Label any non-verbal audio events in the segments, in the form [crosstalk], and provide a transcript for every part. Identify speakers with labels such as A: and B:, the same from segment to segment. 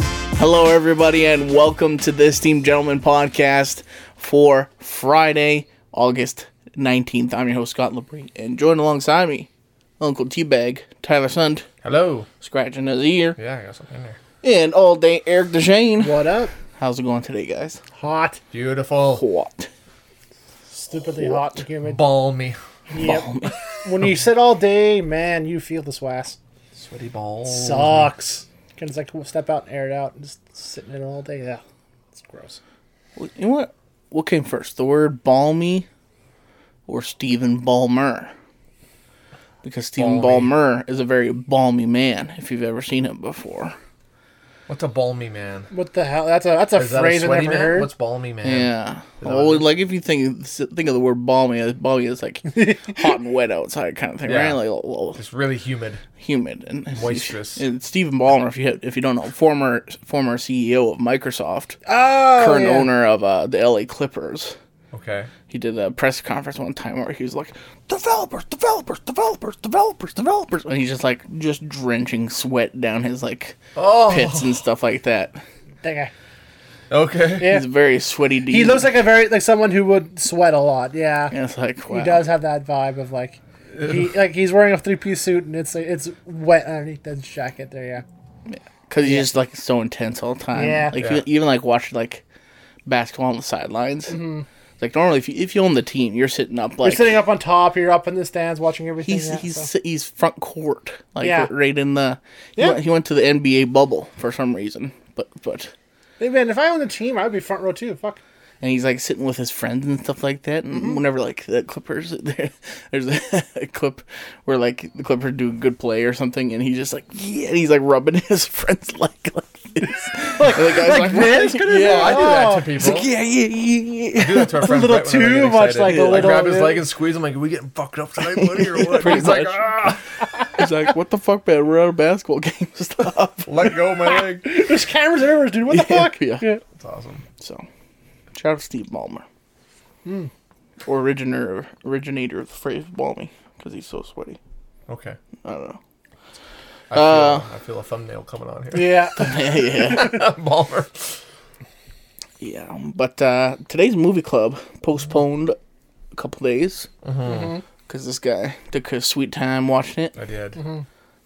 A: Hello, everybody, and welcome to this Team Gentlemen podcast for Friday, August 19th. I'm your host, Scott Labrie, and joined alongside me, Uncle Teabag, Tyler Sund,
B: Hello.
A: scratching his ear,
B: Yeah, I got something there.
A: and all day Eric DeShane.
C: What up?
A: How's it going today, guys?
C: Hot.
B: Beautiful.
A: What?
C: Stupidly hot to give it.
B: Balmy.
C: Yep. When you sit all day, man, you feel the swass.
B: Sweaty balls.
C: Sucks. Can just like step out and air it out and just sitting in it all day. Yeah. It's gross.
A: You know what? What came first, the word balmy or Stephen Ballmer? Because Stephen
B: Balmy.
A: Ballmer is a very balmy man, if you've ever seen him before.
B: What's a balmy man?
C: What the hell? That's a that's a
B: Is that a
C: phrase I
B: sweaty
C: never
B: man?
C: heard.
B: What's balmy man?
A: Yeah.
B: that
A: Well,
B: what it
A: like if you think think of the word balmy, as balmy is
C: [laughs]
A: like hot and wet outside kind of thing,
B: Yeah.
A: right? Like a little
B: It's really humid.
A: humid and [laughs]
B: Moisturous.
A: And Stephen Ballmer, if you have, if you don't know, former former CEO of Microsoft,
C: oh,
A: current
C: yeah.
A: owner of uh, the LA Clippers.
B: Okay.
A: He did a press conference one time where he was like, "Developers, developers, developers, developers, developers," and he's just like just drenching sweat down his like
B: Oh.
A: pits and stuff like that.
C: That guy.
B: Okay. [laughs]
C: Yeah.
A: He's a very sweaty. Dude.
C: He looks like a very like someone who would sweat a lot. Yeah.
A: And it's like wow.
C: He does have that vibe of like he like he's wearing a three piece suit and it's like it's wet underneath that jacket there, yeah.
A: Because he's just like so intense all the time.
C: Yeah.
A: Like
B: Yeah.
A: you- even like watching like basketball on the sidelines. Like normally, if you if you own the team, you're sitting up like
C: Mm-hmm. You're sitting up on top, you're up in the stands watching everything.
A: he's
C: yeah,
A: he's
C: so.
A: si- he's front court. Like
C: Yeah.
A: right in the. He,
C: Yeah.
A: went, he went to the NBA bubble for some reason, but but
C: Hey, man, if I owned a team, I would be front row too. Fuck.
A: and he's like sitting with his friends and stuff like that. And
C: Mm-hmm.
A: whenever like the Clippers, [laughs] there, there's a clip where like the Clippers do a good play or something, and he's just like yeah, and he's like rubbing [laughs] his friends like like this. like, the guy's
C: like this? Good [laughs] as
A: yeah.
B: I do that
C: Oh.
B: to
A: It's
B: people.
A: like, yeah, yeah, yeah, yeah.
B: I do that to
C: [laughs]
B: our friends
C: little
B: right whenever I
C: too
B: get
C: much,
B: excited.
C: like, a
B: I
C: little
B: grab his
C: bit.
B: leg and squeeze him like, we getting fucked up tonight, buddy, or what?
A: Pretty
B: He's like,
A: much.
B: ah,
A: He's like, what the fuck, man? We're out of basketball [laughs] game. Stop.
B: let go of
C: [laughs]
B: my leg.
C: There's cameras everywhere, dude. What
A: [laughs]
C: the
A: Yeah,
C: fuck?
A: yeah.
B: That's awesome.
A: So, shout out to Steve Ballmer. Or originator, originator of the phrase balmy, because he's so sweaty.
B: Okay.
A: I don't know.
B: I feel,
A: Uh,
B: I feel a thumbnail coming on here.
A: [laughs]
C: Yeah.
A: yeah.
B: [laughs] Balmer.
A: [laughs] Yeah, but uh, today's movie club postponed a couple days because this guy took his sweet time watching it.
B: I did,
C: Mm-hmm.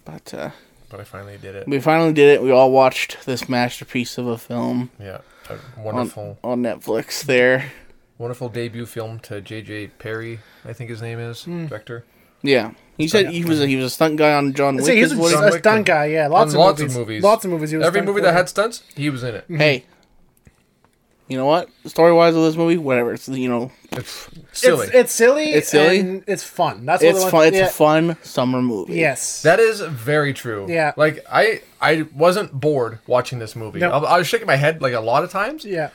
A: But uh,
B: but I finally did it.
A: we finally did it. We all watched this masterpiece of a film
B: Yeah. A
A: on,
B: wonderful.
A: on Netflix. There,
B: wonderful debut film to J.J. Perry, I think his name is,
C: Hmm.
B: director.
A: yeah. He said he was a, he was a stunt guy on John Wick.
C: See, he's
A: is
C: a,
A: what he-
B: John
C: a
B: Wick
C: stunt guy. Yeah, lots,
B: on
C: of,
B: lots
C: movies.
B: of movies.
C: Lots of movies. He was
B: Every
C: stunt
B: movie that
C: coordinator.
B: had stunts, he was in it.
C: Mm-hmm.
A: hey, you know what? Story wise of this movie, whatever. It's you know
B: It's silly.
C: It's, it's silly.
A: It's silly?
C: and it's fun. That's
A: it's
C: what
A: fun. It's
C: yeah.
A: a fun summer movie.
C: Yes.
B: that is very true.
C: Yeah.
B: Like I, I wasn't bored watching this movie.
C: No.
B: I, I was shaking my head like a lot of times,
C: yeah.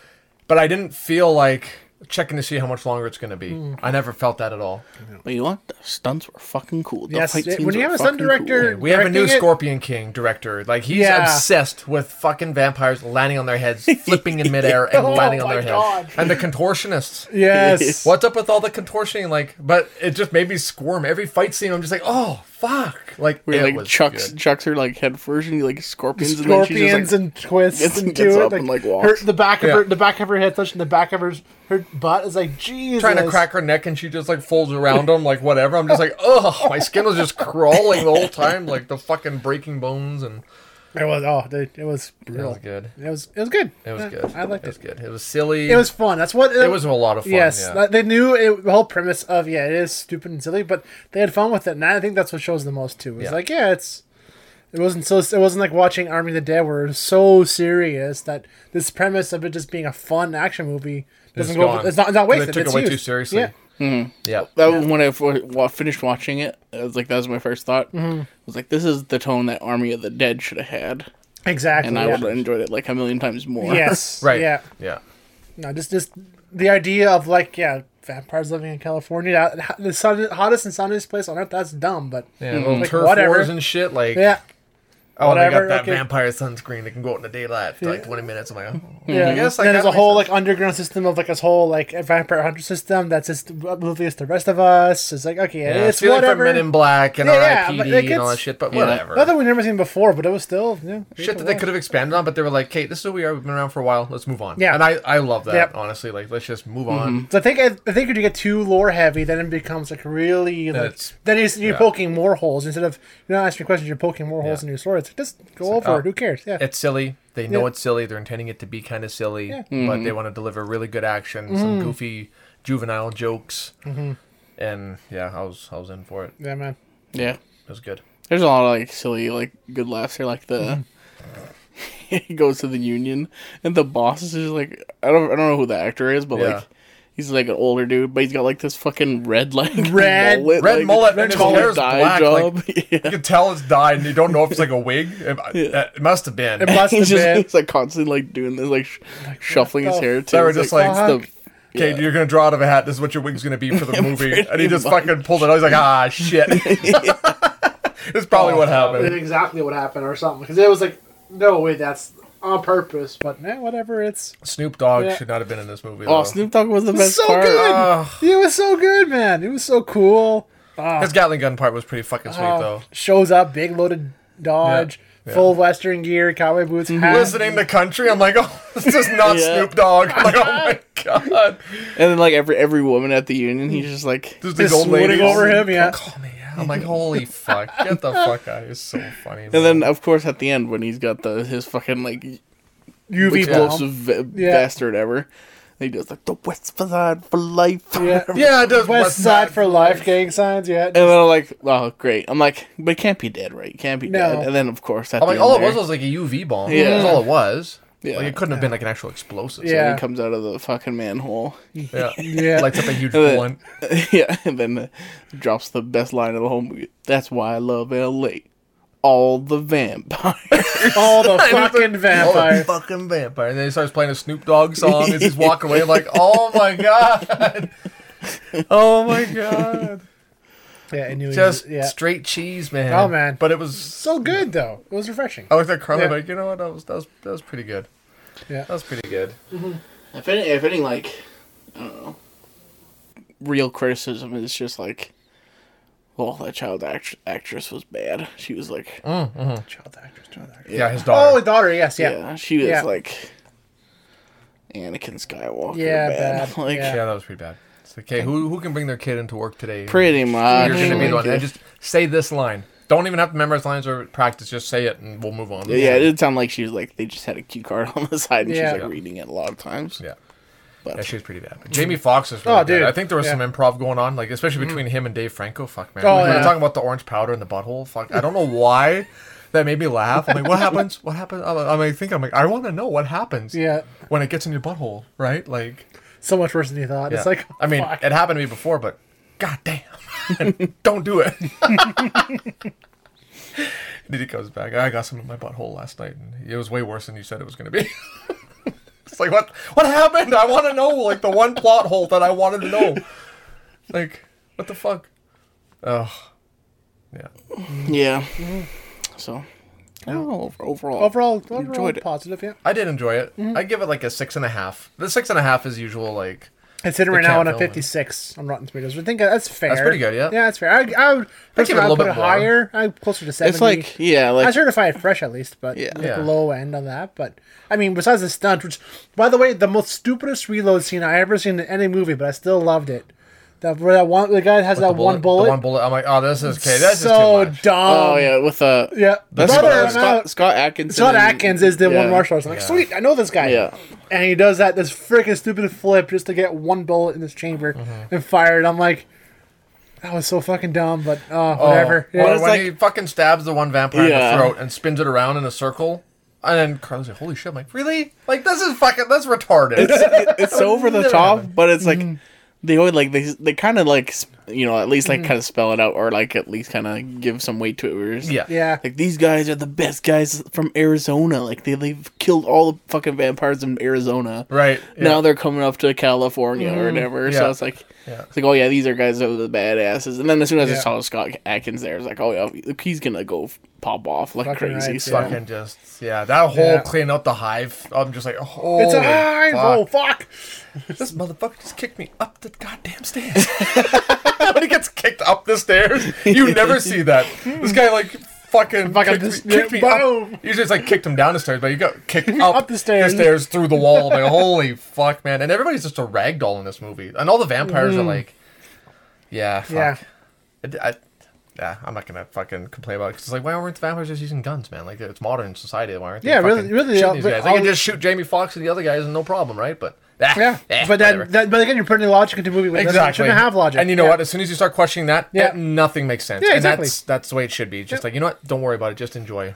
B: but I didn't feel like checking to see how much longer it's going to be.
C: Hmm.
B: I never felt that at all.
A: But you know what? The stunts were fucking cool. The
C: Yes,
A: fight
C: it-
A: scenes
C: when you
A: were
C: have a stunt
A: fucking
C: director-
A: cool.
B: We have a new
C: Directing it-
B: Scorpion King director. Like he's
C: Yeah.
B: obsessed with fucking vampires landing on their heads, flipping in midair, and
C: [laughs] Oh
B: landing on
C: my
B: their
C: God.
B: head. And the contortionists.
C: Yes.
B: What's up with all the contortioning? Like, but it just made me squirm. Every fight scene, I'm just like, oh fuck! Like,
A: Where
B: it
A: like
B: was
A: chucks
B: good.
A: chucks her like head first and you like scorpions, and then she's
C: Scorpions
A: just, like,
C: and twists
A: gets-
C: and
A: gets
C: do
A: up
C: it.
A: and,
C: Like,
A: like, walks.
C: her, the back of
B: Yeah.
C: her, the back of her head touching the back of her, her butt is like Jesus.
B: trying to crack her neck, and she just like folds around him, like whatever. I'm just like, oh, my skin was just crawling the whole time, like the fucking breaking bones, and
C: It was oh, dude, it was
B: it was
C: brutal.
B: good.
C: It was it was good.
B: It was
C: Yeah,
B: good.
C: I liked
B: it.
C: it.
B: was good. It was silly.
C: It was fun. That's what
B: It was a lot of fun.
C: yes,
B: yeah.
C: like, they knew it, the whole premise of yeah, it is stupid and silly, but they had fun with it, and I think that's what shows the most too. It's
B: Yeah.
C: like yeah, it's it wasn't so it wasn't like watching Army of the Dead where it was so serious that this premise of it just being a fun action movie doesn't
B: It's
C: go.
B: gone.
C: It's not it's not wasted.
B: They took
C: it's
B: it way
C: used.
B: too seriously.
C: Yeah.
B: Yeah.
A: that was when I f- wa- finished watching it. I was like, that was my first thought.
C: Mm-hmm.
A: I was like, this is the tone that Army of the Dead should have had,
C: Exactly.
A: and I
C: yeah.
A: would have enjoyed it like a million times more.
C: Yes.
B: [laughs] Right.
C: Yeah.
B: Yeah.
C: No, just just the idea of like yeah, vampires living in California, that- the sun, hottest and sunniest place on earth. That's dumb, but
B: Yeah, little turf
C: whatever.
B: wars and shit. Like,
C: yeah.
B: Oh, and I got
C: Whatever,
B: that
C: okay.
B: vampire sunscreen that can go out in the daylight for like 20 minutes. I'm like, oh,
C: Yeah,
B: I guess like,
C: and Mm-hmm. then there's
B: that
C: a whole
B: makes
C: like underground system of like this whole like vampire hunter system that's just oblivious to the rest of us. It's like okay,
B: sense. yeah,
C: it's
B: it's feeling
C: whatever.
B: for Men in Black and
C: Yeah, yeah,
B: RIPD
C: but, like,
B: and all that
C: it's-
B: shit, but
A: yeah.
B: whatever.
C: Not that we've never seen before, but it was still yeah,
B: shit that they could have expanded on, but they were like, "Kate, this is who we are. We've been around for a while. Let's move on."
C: Yeah.
B: and I, I love that
C: Yep.
B: honestly. Like, let's just move on.
C: So I think I, I think if you get too lore heavy, then it becomes like really like
B: it's-
C: then you're, you're
B: yeah.
C: poking more holes instead of you're not asking questions. You're poking more holes
B: Yeah.
C: in your story. It's like, just go
B: like,
C: over
B: oh,
C: it. Who cares? Yeah,
B: It's silly. They know
C: Yeah.
B: it's silly. They're intending it to be kind of silly,
C: Yeah. Mm-hmm.
B: but they want to deliver really good action, some goofy juvenile jokes, and yeah, I was I was in for it.
C: yeah, man.
A: [laughs] Yeah.
B: It was good.
A: There's a lot of like silly, like good laughs here. Like the
B: Mm-hmm.
A: [laughs] he goes to the union and the boss is just like I don't I don't know who the actor is, but
B: Yeah.
A: like he's like an older dude, but he's got like this fucking red like
C: Red-
A: mullet,
B: red
A: like,
B: mullet, and his
A: collar
B: hair's
A: dye
B: black,
A: job. [laughs] yeah.
B: You can tell it's dyed, and you don't know if it's like a wig. It, it must have been.
C: It [laughs] must
A: He's
C: have
A: just
C: been.
A: he's like constantly like doing this, like, sh- shuffling his
C: the
A: hair.
B: They
A: too.
B: were
A: It's
B: just
A: like,
B: like,
A: it's the-
B: Okay,
A: yeah.
B: you're gonna draw out of a hat. This is what your wig's gonna be
A: [laughs]
B: for the movie, and he just
A: much.
B: fucking pulled it. out. He's like, ah,
A: [laughs]
B: shit. [laughs] That's probably
A: Oh,
B: what happened.
C: exactly what happened or something because it was like no way that's on purpose. But eh, whatever. It's
B: Snoop Dogg
C: Yeah.
B: should not have been in this movie.
A: Oh,
B: Though.
A: Snoop Dogg was the best
C: so
A: part.
C: good.
B: Ugh.
C: it was so good, man. It was so cool. Ah.
B: His Gatling gun part was pretty fucking sweet,
C: Oh,
B: though.
C: Shows up, big loaded Dodge,
B: Yeah, yeah.
C: full Western gear, cowboy boots.
A: Mhm.
C: hat.
B: Listening to country, I'm like, [laughs] oh,
A: [laughs]
B: this is not
A: Yeah.
B: Snoop Dogg. I'm like, oh
A: [laughs]
B: my god,
A: And then like every every woman at the union, he's just like
B: this is
C: Just swooning over him, yeah.
B: Call me. out. I'm like, holy fuck, get the fuck out. It's so funny.
A: And then, of course, at the end when he's got the his fucking like
C: UV
A: explosive
C: bomb.
A: ve-
C: Yeah.
A: bastard ever, he does like the West Side for life.
C: Yeah.
A: uh,
B: yeah, it does.
C: West
B: what's
C: Side
B: that?
C: for Life gang signs. Yeah,
A: And then I'm like, oh great! I'm like, but it can't be dead, right? It can't be
C: No.
A: dead. And then of course, at
B: I'm
A: the
B: like,
A: end
B: all it
A: there,
B: was was like a UV bomb.
A: Yeah.
B: Yeah, that's all it was.
A: Yeah.
B: Like it couldn't have been like an actual explosive.
C: Yeah.
A: he comes out of the fucking manhole. [laughs]
B: Yeah.
C: Yeah.
B: Lights up a huge
A: then-
B: blunt.
A: yeah, and then uh, drops the best line of the whole movie. That's why I love L.A. All the vampires. [laughs]
C: [laughs]
B: [laughs]
C: all the fucking
B: Oh,
C: vampire.
B: fucking vampire. And then he starts playing a Snoop Dogg song as
A: [laughs]
B: he's walking away. I'm like, oh my god. Oh my god.
C: Yeah, I knew. he
B: [laughs]
C: was-
B: Just
C: yeah.
B: straight cheese, man.
C: Oh, man.
B: But it was.
C: So good though. It was refreshing.
B: I looked at Carly
C: Yeah.
B: like, you know what? That was, that was that was pretty good.
C: Yeah.
B: That was pretty good.
A: if any, if any, like, I don't know, real criticism is just like, well, that child act- actress was bad. She was like,
C: Child actress, child actress.
B: Yeah, his
C: Mm, mm-hmm. Oh,
B: daughter.
C: daughter. Yes,
A: yeah,
C: yeah.
A: she was
C: Yeah.
A: like Anakin Skywalker.
C: Yeah,
A: bad. [laughs]
C: bad.
A: Like,
B: yeah.
C: Yeah.
B: that was pretty bad. It's okay. Who who can bring their kid into work today?
A: pretty much.
B: You're gonna be the
A: like,
B: one. And just say this line. Don't even have to memorize lines or practice. Just say it, and we'll move on.
A: yeah, it did sound like she was like they just had a cue card [laughs] on the side and she
C: Yeah.
A: was like reading it a lot of times.
B: Yeah.
A: But-
B: yeah, she was pretty bad. But Jamie Foxx is really
C: Oh, dude.
B: good. I think there was
C: Yeah.
B: some improv Mm-hmm. going on, like especially between him and Dave Franco. Fuck man,
C: Oh,
B: Like, we were
C: yeah.
B: talking about the orange powder and the butthole. Fuck, I don't know why that made me laugh. I'm like, what happens? What happens? I'm, I'm like thinking, I'm like, I want to know what [laughs] happens.
C: Yeah.
B: when it gets in your butthole, right? Like,
C: So much worse than you thought.
B: yeah.
C: It's like
B: I mean,
C: fuck.
B: it happened to me before, but god damn, [laughs] don't do it. [laughs] Then he comes back. I got some in my butthole last night, and it was way worse than you said it was going to be. [laughs] it's like what? What happened? I want to know. Like the one plot hole that I wanted to know. Like what the fuck? Oh, yeah.
A: Yeah. So I don't know, over- overall.
C: overall, overall
A: enjoyed it.
C: positive. Yeah.
B: I did enjoy it.
C: Mm-hmm.
B: I give it like a six and a half. The six and a half is usual. Like
C: It's sitting right now on
B: can't
C: a
B: film it.
C: 56 on Rotten Tomatoes. I think that's fair.
B: pretty good, yeah.
C: Yeah, that's fair. I, I would
B: give it a
C: personally, I
B: little
C: would put
B: bit
C: it
B: more.
C: higher. I'm closer to 70.
A: It's like yeah,
C: I
A: like
C: certify it fresh at least, but
A: Yeah.
C: like
B: Yeah.
C: low end on that. But I mean, besides the stunt, which by the way, the most stupidest reload scene I ever seen in any movie, but I still loved it. That where that one the guy has that
B: the
C: one bullet.
B: The one bullet. I'm like, oh, this is okay. This
C: so
B: is too much.
C: dumb.
A: oh yeah, with uh
C: yeah.
A: that's
C: Brother,
A: Scott,
C: I'm
A: Scott,
C: out.
A: Scott Atkins.
C: Scott Atkins is the one
A: yeah.
C: martial artist. I'm like,
B: Yeah.
C: sweet, I know this guy.
A: Yeah.
C: And he does that this freaking stupid flip just to get one bullet in this chamber
B: Mm-hmm.
C: and fire it. I'm like, that was so fucking dumb, but uh,
B: Oh,
C: whatever. Yeah.
B: When,
A: it's
B: when
A: like-
B: he fucking stabs the one vampire
A: Yeah.
B: in the throat and spins it around in a circle, and then Carlos like, "Holy shit!" I'm like, "Really? Like this is fucking that's retarded."
A: It- it's so over the
B: Never
A: top,
B: happened.
A: but it's like they always like they they kind of like sp- you know at least like kind of spell it out or like at least kind of give some weight to it. where it's-
B: yeah,
C: yeah.
A: Like these guys are the best guys from Arizona. Like they they've killed all the fucking vampires in Arizona.
B: [laughs]
C: [laughs]
B: right. Yeah. Mm-hmm.
A: Now they're coming up to California or whatever. So
B: Yeah.
A: it's like
B: Yeah.
A: it's like oh yeah, these are guys that are the badasses. And then as soon as I
C: Yeah.
A: saw Scott Atkins there, it's like oh yeah, he's gonna go f- pop off like
C: Fucking
A: crazy.
C: right,
A: so
C: yeah.
B: Fucking just yeah, that whole
C: Yeah.
B: clean out the hive. I'm just like, oh,
C: It's a hive. Oh fuck!
B: This motherfucker just kicked me up the goddamn stairs. [laughs] when he gets kicked up the stairs, you never see that. This guy like fucking
C: Fucking
B: kicked,
C: just-
B: me, kicked me
C: boom.
B: up. Usually it's like kicked him down the stairs, but you got kicked up,
C: [laughs] Up the stairs.
B: through the wall. Like holy fuck, man! And everybody's just a ragdoll in this movie, and all the vampires are like, yeah, fuck.
C: Mm. Yeah.
B: It- I, yeah, I'm not gonna fucking complain about it. 'cause it's like, why weren't the vampires just using guns, man? Like it's modern society. Why aren't they
C: Yeah, really-
B: fucking
C: really,
B: shooting
C: uh,
B: these
C: but
B: guys? They can
C: all-
B: just shoot Jamie Foxx and the other guys and no problem, right? But ah,
C: Yeah,
B: eh,
C: but
B: whatever.
C: that, that but again, you're putting the logic into a movie. When exactly.
B: exactly
C: Shouldn't have logic.
B: And you know
C: Yeah.
B: what? As soon as you start questioning that,
C: Yeah.
B: yeah. nothing makes sense.
C: Yeah,
B: Yeah,
C: exactly.
B: And that's that's the way it should be. Just like you know what? Don't worry about it. Just enjoy,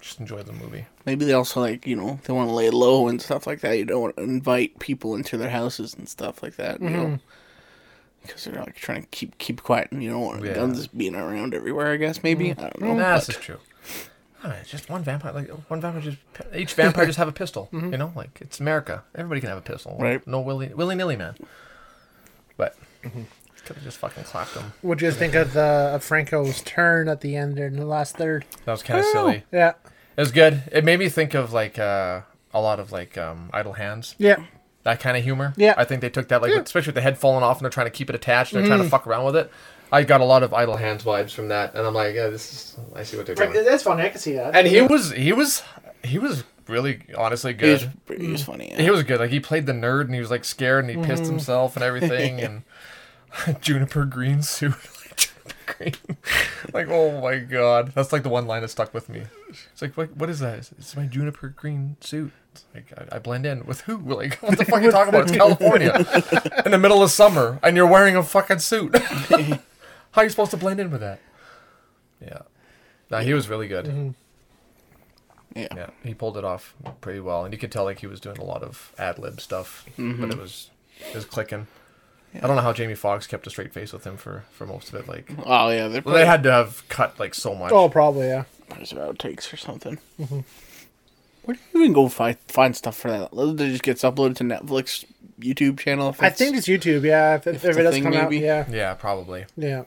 B: just enjoy the movie.
A: Maybe they also like you know they want to lay low and stuff like that. You don't want to invite people into their houses and stuff like that. You know, because they're like trying to keep keep quiet and you don't want
B: Mm-hmm. Yeah. Mm-hmm.
A: guns being around everywhere. I guess maybe I
C: Oh,
A: don't know.
B: Nah, this
A: but-
B: is true. I don't know, it's just one vampire. Like one vampire just each vampire just have a pistol.
C: [laughs] Mm-hmm.
B: You know, like it's America. Everybody can have a pistol.
A: Right.
B: No willy willy nilly man. But
C: Mm-hmm.
B: could have just fucking clapped him.
C: What do you guys think of the of Franco's turn at the end there in the last third?
B: That was kind of silly.
C: Yeah,
B: It was good. It made me think of like uh, a lot of like um, idle hands.
C: yeah,
B: that kind of humor.
C: Yeah. Mm-hmm.
B: I think they took that like especially with the head falling off and they're trying to keep it attached and they're trying to fuck around with it. I got a lot of idle hands vibes from that, and I'm like, yeah, this is. I see what they're doing.
C: that's funny. I can see that.
B: And he was, he was, he was really honestly
A: He was,
B: good.
A: he
C: Mm.
A: was funny.
B: He
A: Yeah.
B: was good. Like he played the nerd and he was like scared and he pissed himself and everything and [laughs] juniper green suit. [laughs] like, juniper green. [laughs] like oh my god, that's like the one line that stuck with me. It's like what, what is that? It's, it's my juniper green suit. It's like I, I blend in with who? [laughs] Like what the fuck are you talking about? It's California in the middle of summer and you're wearing a fucking suit. [laughs] How are you supposed to blend in with that? Yeah, no, he was really good.
A: yeah.
B: Yeah, he pulled it off pretty well, and you could tell like he was doing a lot of ad lib stuff, but it was it was clicking. I don't know how Jamie Foxx kept a straight face with him for for most of it. Like
A: Oh yeah, they're
B: well, they had to have cut like so much.
C: oh, probably yeah.
A: There's outtakes or something.
C: Mm-hmm.
A: Where do you even go find find stuff for that? It just gets uploaded to Netflix YouTube channel. if
C: I
A: it's-
C: think it's YouTube. Yeah, if, if,
A: it's
C: it
A: a
C: does
A: thing,
C: come out,
A: maybe.
C: yeah,
B: Yeah, probably.
C: yeah.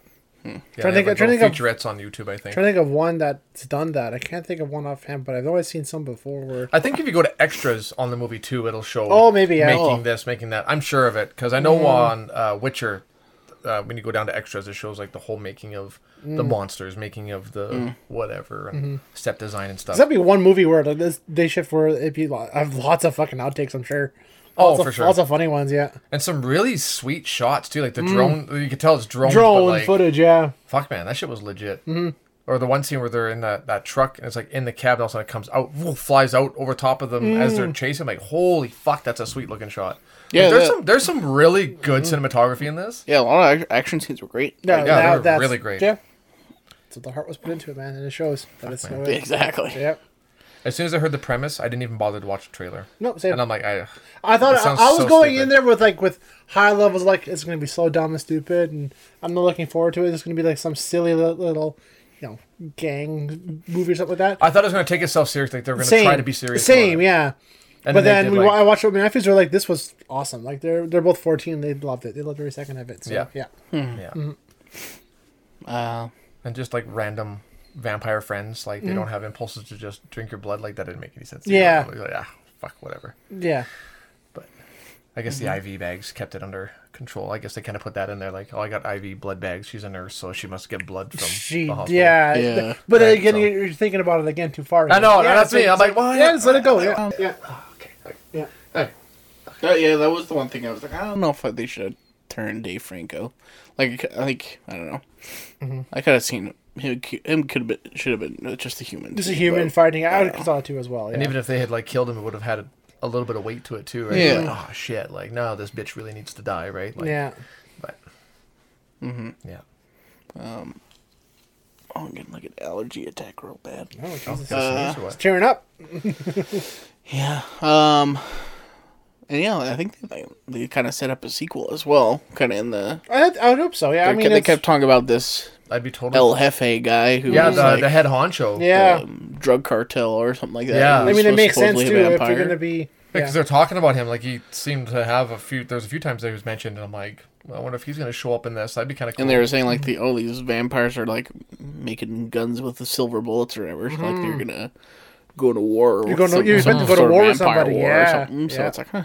B: Yeah,
C: Trying
B: they
C: to
B: have,
C: think-
B: like,
C: trying
B: little
C: to
B: featurettes on YouTube. I think.
C: trying to think of one that's done that. I can't think of one offhand, but I've always seen some before. Where
B: I think if you go to extras on the movie too, it'll show.
C: Oh, maybe, yeah.
B: making
A: Oh.
B: this, making that. I'm sure of it because I know on uh, Witcher, uh, when you go down to extras, it shows like the whole making of
C: Mm.
B: the monsters, making of the whatever, and step design and stuff.
C: does Mm-hmm. that be one movie where like, this day shift where it be? lo- I have lots of fucking outtakes. I'm sure.
B: Oh,
C: Lots of-
B: for sure.
C: Lots of funny ones. Yeah,
B: and some really sweet shots too. Like the drone, you could tell it's drones.
C: Mm. drone
B: but like,
C: footage. Yeah,
B: Fuck man, that shit was legit. Mm-hmm. Or the one scene where they're in that, that truck and it's like in the cab, and all of a sudden it comes out, woo, flies out over top of them as
C: Mm.
B: they're chasing. Like holy fuck, that's a sweet looking shot.
A: Yeah,
B: Like, there's
A: that-
B: some there's some really good
C: Mm-hmm.
B: cinematography in this.
A: Yeah, a lot of ac- action scenes were great.
C: no,
B: they
C: that,
B: were
C: that's
B: really great.
C: Yeah, that's what the heart was put into it, man, and it shows. That it's no
A: Yeah,
C: way.
A: exactly.
C: Yeah.
B: As soon as I heard the premise, I didn't even bother to watch the trailer.
C: Nope, same.
B: And I'm like, I
C: I thought
B: That
C: I,
B: sounds
C: I was
B: so
C: going in
B: stupid.
C: there with like with high levels like it's going to be so dumb and stupid, and I'm not looking forward to it. It's going to be like some silly li- little, you know, gang movie or something like that.
B: I thought it was gonna take itself seriously. Like they're gonna
C: same,
B: try to be serious. about
C: Same,
B: it.
C: yeah.
B: And
C: but
B: they
C: then
B: did,
C: we,
B: like-
C: wa- I watched it with my nephews. Were like, "This was awesome!" Like they're they're both 14. They loved it. They loved every second of it. So, yeah,
B: Yeah.
C: yeah. Mm-hmm.
B: yeah.
A: Uh,
B: and just like random vampire friends like they don't have impulses to just drink your blood like that didn't make any sense
C: Mm. Yeah.
B: Like, ah, fuck whatever
C: yeah.
B: but i guess
C: Mm-hmm.
B: the iv bags kept it under control i guess they kind of put that in there like oh i got iv blood bags she's a nurse so she must get blood from
C: She,
B: the hospital.
C: yeah,
A: Yeah.
C: But then
B: Right,
C: again,
B: so-
C: you're you're thinking about it again too far.
B: I know,
C: Yeah,
B: that's
C: so
B: me. I'm
C: it's
B: like, well,
C: yeah,
B: yeah.
C: just let it
B: [laughs]
C: go. Yeah, yeah,
B: okay okay.
C: yeah.
B: Hey.
A: that- yeah, that was the one thing I was like, I don't know if they should have turned Dave Franco. Like, like I don't know.
C: Mm-hmm.
A: I could have seen him. Him could have been should have been uh, just a human.
C: Just a
A: too,
C: human
A: but-
C: fighting. I would saw it too as well. Yeah.
B: and even if they had like killed him it would have had a, a little bit of weight to it too right
A: Yeah.
B: like, oh shit like no this bitch really needs to die right like
C: yeah.
B: but yeah
A: Oh, I'm getting like an allergy attack real bad.
C: Oh, Jesus.
B: Is this or
C: It's
B: what?
C: tearing up.
A: Yeah. Um. And yeah, I think they, they kind of set up a sequel as well. Kind of in the.
C: I, I would hope so. Yeah, I
A: they
C: mean,
A: they
C: it's-
A: kept talking about this
B: i'd be totally
A: El Jefe guy who
B: yeah
A: was
B: the,
A: like
B: the head honcho
C: yeah.
A: um, drug cartel or something like that.
B: Yeah.
A: who
B: I
C: I
A: was
C: mean, it
A: supposed-
C: makes sense
A: supposedly
C: too
A: a
C: if you're
A: vampire.
C: going to be
B: because they're talking about him. Like he seemed to have a few. There's a few times that he was mentioned, and I'm like, well, I wonder if he's gonna show up in this. That'd be kind of cool.
A: And they were saying like the oh these vampires are like making guns with the silver bullets or whatever. So, like they're gonna go to war. Or
C: Hmm. You're gonna-
A: some-
C: you're
A: some
C: meant to go to
A: sort of
C: war with
A: vampire
C: somebody,
A: war or
C: yeah,
A: something. So
C: yeah. Hmm.
A: it's like huh.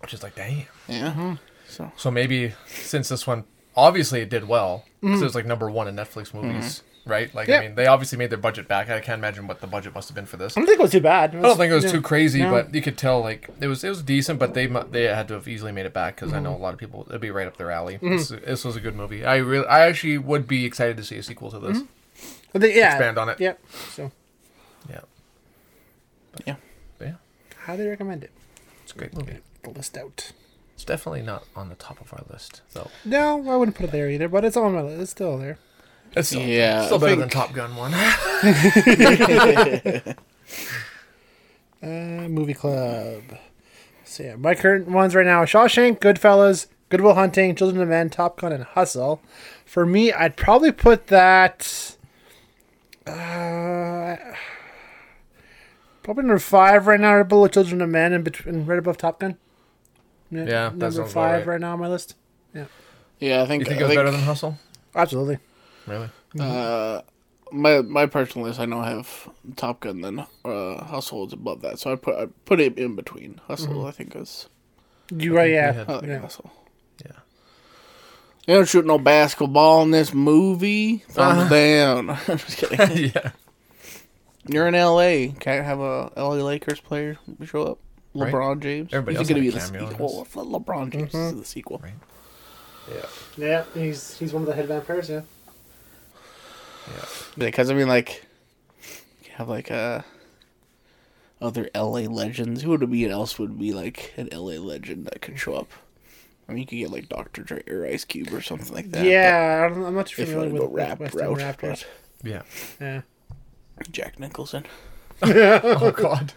B: which is like, damn.
A: Yeah. So
B: So maybe since this one obviously it did well because it was like number one in Netflix movies, right? Like
C: Mm-hmm. Yeah.
B: I mean, they obviously made their budget back. I can't imagine what the budget must have been for this.
C: I don't think it was too bad.
B: I don't think it was too crazy,
C: No.
B: but you could tell like it was it was decent, but they mu- they had to have easily made it back because I know
C: Mm-hmm.
B: a lot of people it'd be right up their alley. This, this was a good movie. I really I actually would be excited to see a sequel to this.
C: Mm-hmm. I think- yeah.
B: Expand on it.
C: Yep. So,
B: Yeah,
A: yeah.
B: yeah,
C: highly recommend it.
B: it's a great movie.
C: The list out.
B: It's definitely not on the top of our list though.
C: No, I wouldn't put it there either, but it's on my list. It's still there.
B: It's still,
A: Yeah,
B: still
A: I
B: better than
A: think-
B: Top Gun one.
C: Uh, movie club. So yeah, my current ones right now: are Shawshank, Goodfellas, Goodwill Hunting, Children of Men, Top Gun, and Hustle. For me, I'd probably put that. Uh, probably number five right now, right below Children of Men, and between right above Top Gun.
B: Yeah, that sounds
C: number
B: about
C: five
B: right.
C: right. now on my list. Yeah,
A: Yeah, I think,
B: You think
A: I
B: it was
A: think
B: better than Hustle?
C: absolutely.
B: Really?
A: Uh, my my personal list I know have Top Gun then uh, Hustle is above that, so I put I put it in between Hustle.
B: Mm-hmm.
A: I think is
C: You right? Yeah,
B: had-
A: I like
C: yeah.
A: Hustle.
B: Yeah.
A: They don't shoot no basketball in this movie. Thumbs
B: Uh-huh.
A: down. [laughs] I'm
B: [laughs]
A: just kidding.
B: yeah.
A: You're in L.A. Can't have a L.A. Lakers player show up.
B: Right.
A: LeBron James.
B: Everybody
A: He's
B: else
A: gonna be
B: had a
A: the
B: cameo in Mm-hmm.
A: sequel. Le- LeBron James is the sequel.
B: Right. Yeah.
C: yeah. He's he's one of the head vampires. Yeah.
B: Yeah.
A: Because I mean, like, you have like uh other L.A. legends. Who would be else would be like an L.A. legend that could show up? I mean, you could get like Dr. Dre or Ice Cube or something like that.
C: Yeah, I don't- I'm not too
A: but If you
C: familiar
A: want to
C: with
A: go
C: with
A: rap
C: West End
A: route,
C: Raptors.
A: [laughs]
B: Yeah.
C: Yeah.
A: but Jack Nicholson
B: Oh God.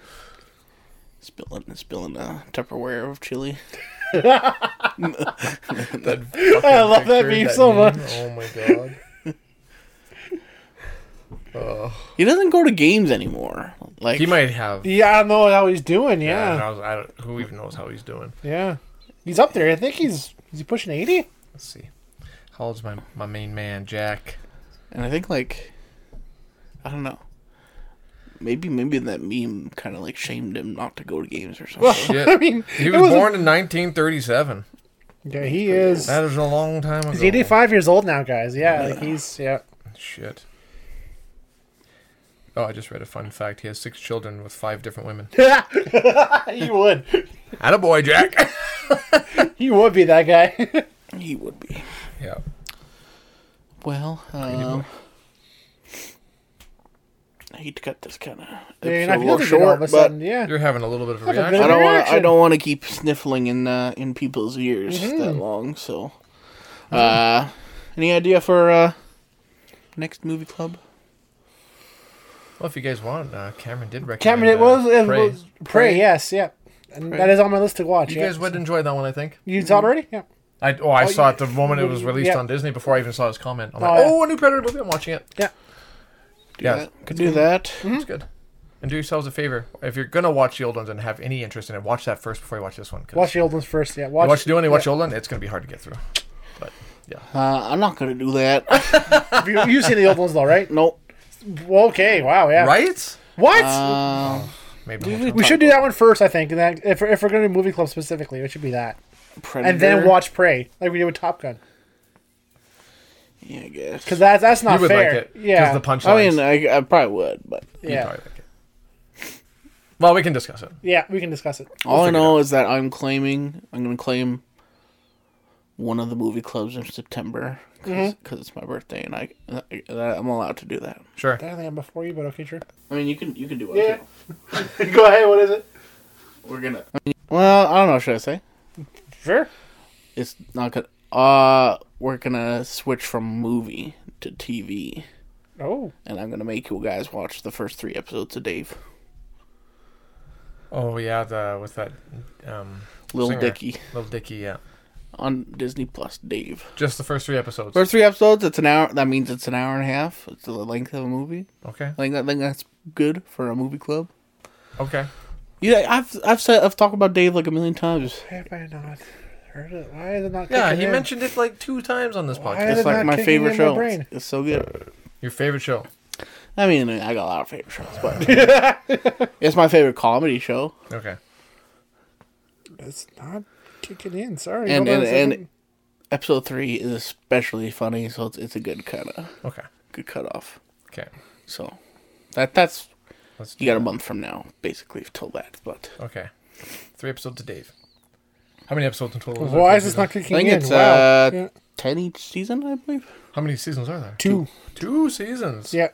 A: spilling spilling a Tupperware of chili.
B: That
C: I love that meme so much.
B: Oh my God. Oh.
A: He doesn't go to games anymore. Like
B: He might have.
C: Yeah, I don't know how he's doing.
B: I
C: Yeah,
B: don't- I don't- who even knows how he's doing?
C: yeah. He's up there. I think he's is he pushing eighty? [laughs]
B: Let's see. How old's my my main man Jack?
A: And I think like I don't know. Maybe maybe that meme kind of like shamed him not to go to games or something.
B: Shit.
C: I mean,
B: he
C: it
B: was
C: was a-
B: born in 1937.
C: Yeah, he is.
B: That is a long time ago.
C: He's eighty-five years old now, guys. Yeah, like he's yeah. [laughs]
B: Shit. Oh, I just read a fun fact. He has six children with five different women.
C: he would.
B: [laughs] Attaboy, Jack.
C: He would be that guy. [laughs]
A: he would be.
B: yeah.
A: Well, um, I hate to cut this kind of episode a
C: not
A: little short, but
C: Yeah.
B: You're having a little bit of a
C: Look at
B: reaction.
A: I
C: that.
A: don't want I
C: Reaction.
A: don't want to keep sniffling in uh, in people's ears
C: Mm-hmm.
A: that long. So, uh, any idea for uh, next movie club?
B: Well, if you guys want, uh, Cameron did recommend.
C: Cameron, it
B: uh,
C: was it
B: Prey.
C: was Prey. Yes, yeah. And that is on my list to watch.
B: You
C: yeah.
B: guys would enjoy that one, I think.
C: You saw it already? Yeah.
B: I oh, I saw it the moment it was
C: you-
B: released
C: yeah.
B: on Disney before I even saw his comment. I'm
C: Oh,
B: like,
C: yeah.
B: oh, a new Predator movie. I'm watching it.
C: Yeah.
A: Do
B: Yeah,
A: that. could do that.
B: it's good. And do yourselves a favor if you're gonna watch the old ones and have any interest in it, watch that first before you watch this one. 'cause
C: Watch the old ones first. Yeah.
B: you
C: Watch.
B: watch the new one, you watch the old one, it's gonna be hard to get through. But yeah,
A: Uh, I'm not gonna do that.
C: [laughs] you, you've seen the old ones though, right?
A: nope.
C: Okay. Wow. Yeah.
B: right?
C: What?
A: Um,
B: Maybe
A: we-
B: we'll
C: we should do that one first, I think. And that if, we're- if we're going to do movie club specifically, it should be that.
A: Predator.
C: and then watch Prey, like we did with Top Gun,
A: Yeah, I guess.
C: because that's that's not
B: you would
C: fair.
B: like it. 'cause
C: yeah,
B: the punchlines.
A: I mean, I, I probably would, but
B: you'd
C: yeah,
B: probably like it. Well, we can discuss it.
C: yeah. We can discuss it.
A: all I
B: figure it
A: know is that I'm claiming I'm gonna claim one of the movie clubs in September because it's my birthday and I, I I'm allowed to do that.
B: Sure.
C: I don't think I'm before you, but okay, sure.
A: I mean, you can you can do it.
C: Yeah.
A: too.
C: Go ahead. What is it?
A: We're gonna. Well, I don't know. Should I say
C: Sure.
A: it's not gonna? Uh, we're gonna switch from movie to TV,
C: Oh,
A: and I'm gonna make you guys watch the first three episodes of Dave,
B: Oh yeah, the with that um,
A: Little
B: singer.
A: Dicky
B: Little Dicky, yeah.
A: on Disney Plus. Dave.
B: Just the first three episodes.
A: First three episodes. It's an hour. That means it's an hour and a half. It's the length of a movie.
B: Okay.
A: I think I think that's good for a movie club.
B: Okay.
A: Yeah, I've I've said I've talked about Dave like a million times.
C: Why have I not heard it? Why is it not?
B: Yeah,
C: kicking
B: he
C: in?
B: mentioned it like two times on this
C: Why
B: podcast.
A: It's
C: is it
A: like
C: not
A: my
C: kicking
A: favorite
C: in my
A: show.
C: brain?
A: It's so good.
B: Your favorite show.
A: I mean, I got a lot of favorite shows,
C: [laughs]
A: but it's my favorite comedy show.
B: Okay.
C: It's not kicking in. Sorry.
A: And
C: hold
A: and,
C: on a
A: and
C: second.
A: episode three is especially funny, so it's it's a good kind of
B: Okay.
A: good cutoff.
B: Okay.
A: So that that's
B: Let's do
A: you got a month from now basically till that. But
B: that. Okay. Three episodes to Dave. How many episodes in total? there?
C: why is this not kicking
A: I think
C: in?
A: it's
C: wow.
A: uh
C: yeah.
A: ten each season, I believe.
B: How many seasons are there?
C: Two.
B: Two seasons.
C: Yeah.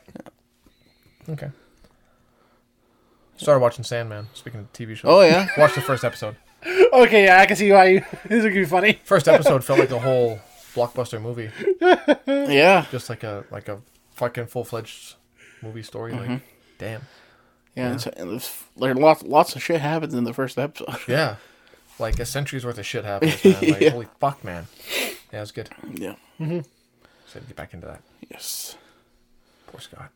B: Okay. Started watching Sandman. Speaking of TV shows.
A: Oh yeah,
B: Watched the first episode.
C: Okay. Yeah, I can see why you. this is gonna be funny.
B: First episode felt like a whole blockbuster movie,
A: yeah,
B: just like a like a fucking full fledged movie story.
A: Mm-hmm.
B: Like, damn.
A: yeah. It's, it's, like lots lots of shit happens in the first episode. [laughs]
B: Yeah. Like a century's worth of shit happens, man. Like,
A: Yeah.
B: holy fuck, man. Yeah, it was good.
A: yeah.
B: So get back into that.
A: Yes.
B: Poor Scott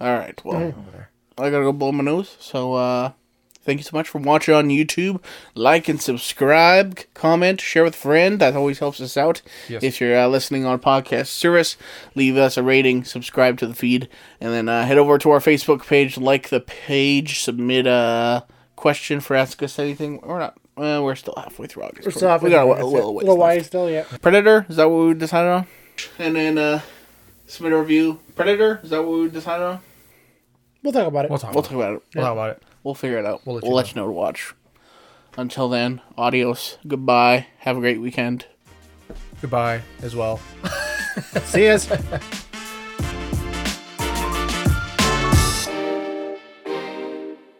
A: All right. Well.
B: over there.
A: I gotta go blow my nose. So uh thank you so much for watching on YouTube. Like and subscribe, c- comment, share with a friend. That always helps us out.
B: Yes.
A: If you're uh, listening on podcast service, leave us a rating, subscribe to the feed, and then uh, head over to our Facebook page, like the page, submit a question for ask us anything. We're not. Uh, we're still halfway through August.
C: We're still halfway
A: We got a,
C: through
A: wa- a
C: August, yeah.
A: little ways
C: little
A: left.
C: wise still. Yeah.
A: Predator is that what we decided on? And then uh, submit a review. Predator is that what we decided on?
C: We'll talk about it.
B: We'll talk,
A: We'll
B: about,
A: talk about it.
B: it. We'll talk about it.
A: We'll figure it out.
B: We'll
A: We'll
B: let
A: let,
B: you
A: you,
B: know.
A: know. to watch. Until then, adios, goodbye, have a great weekend.
B: Goodbye as well.
C: See you.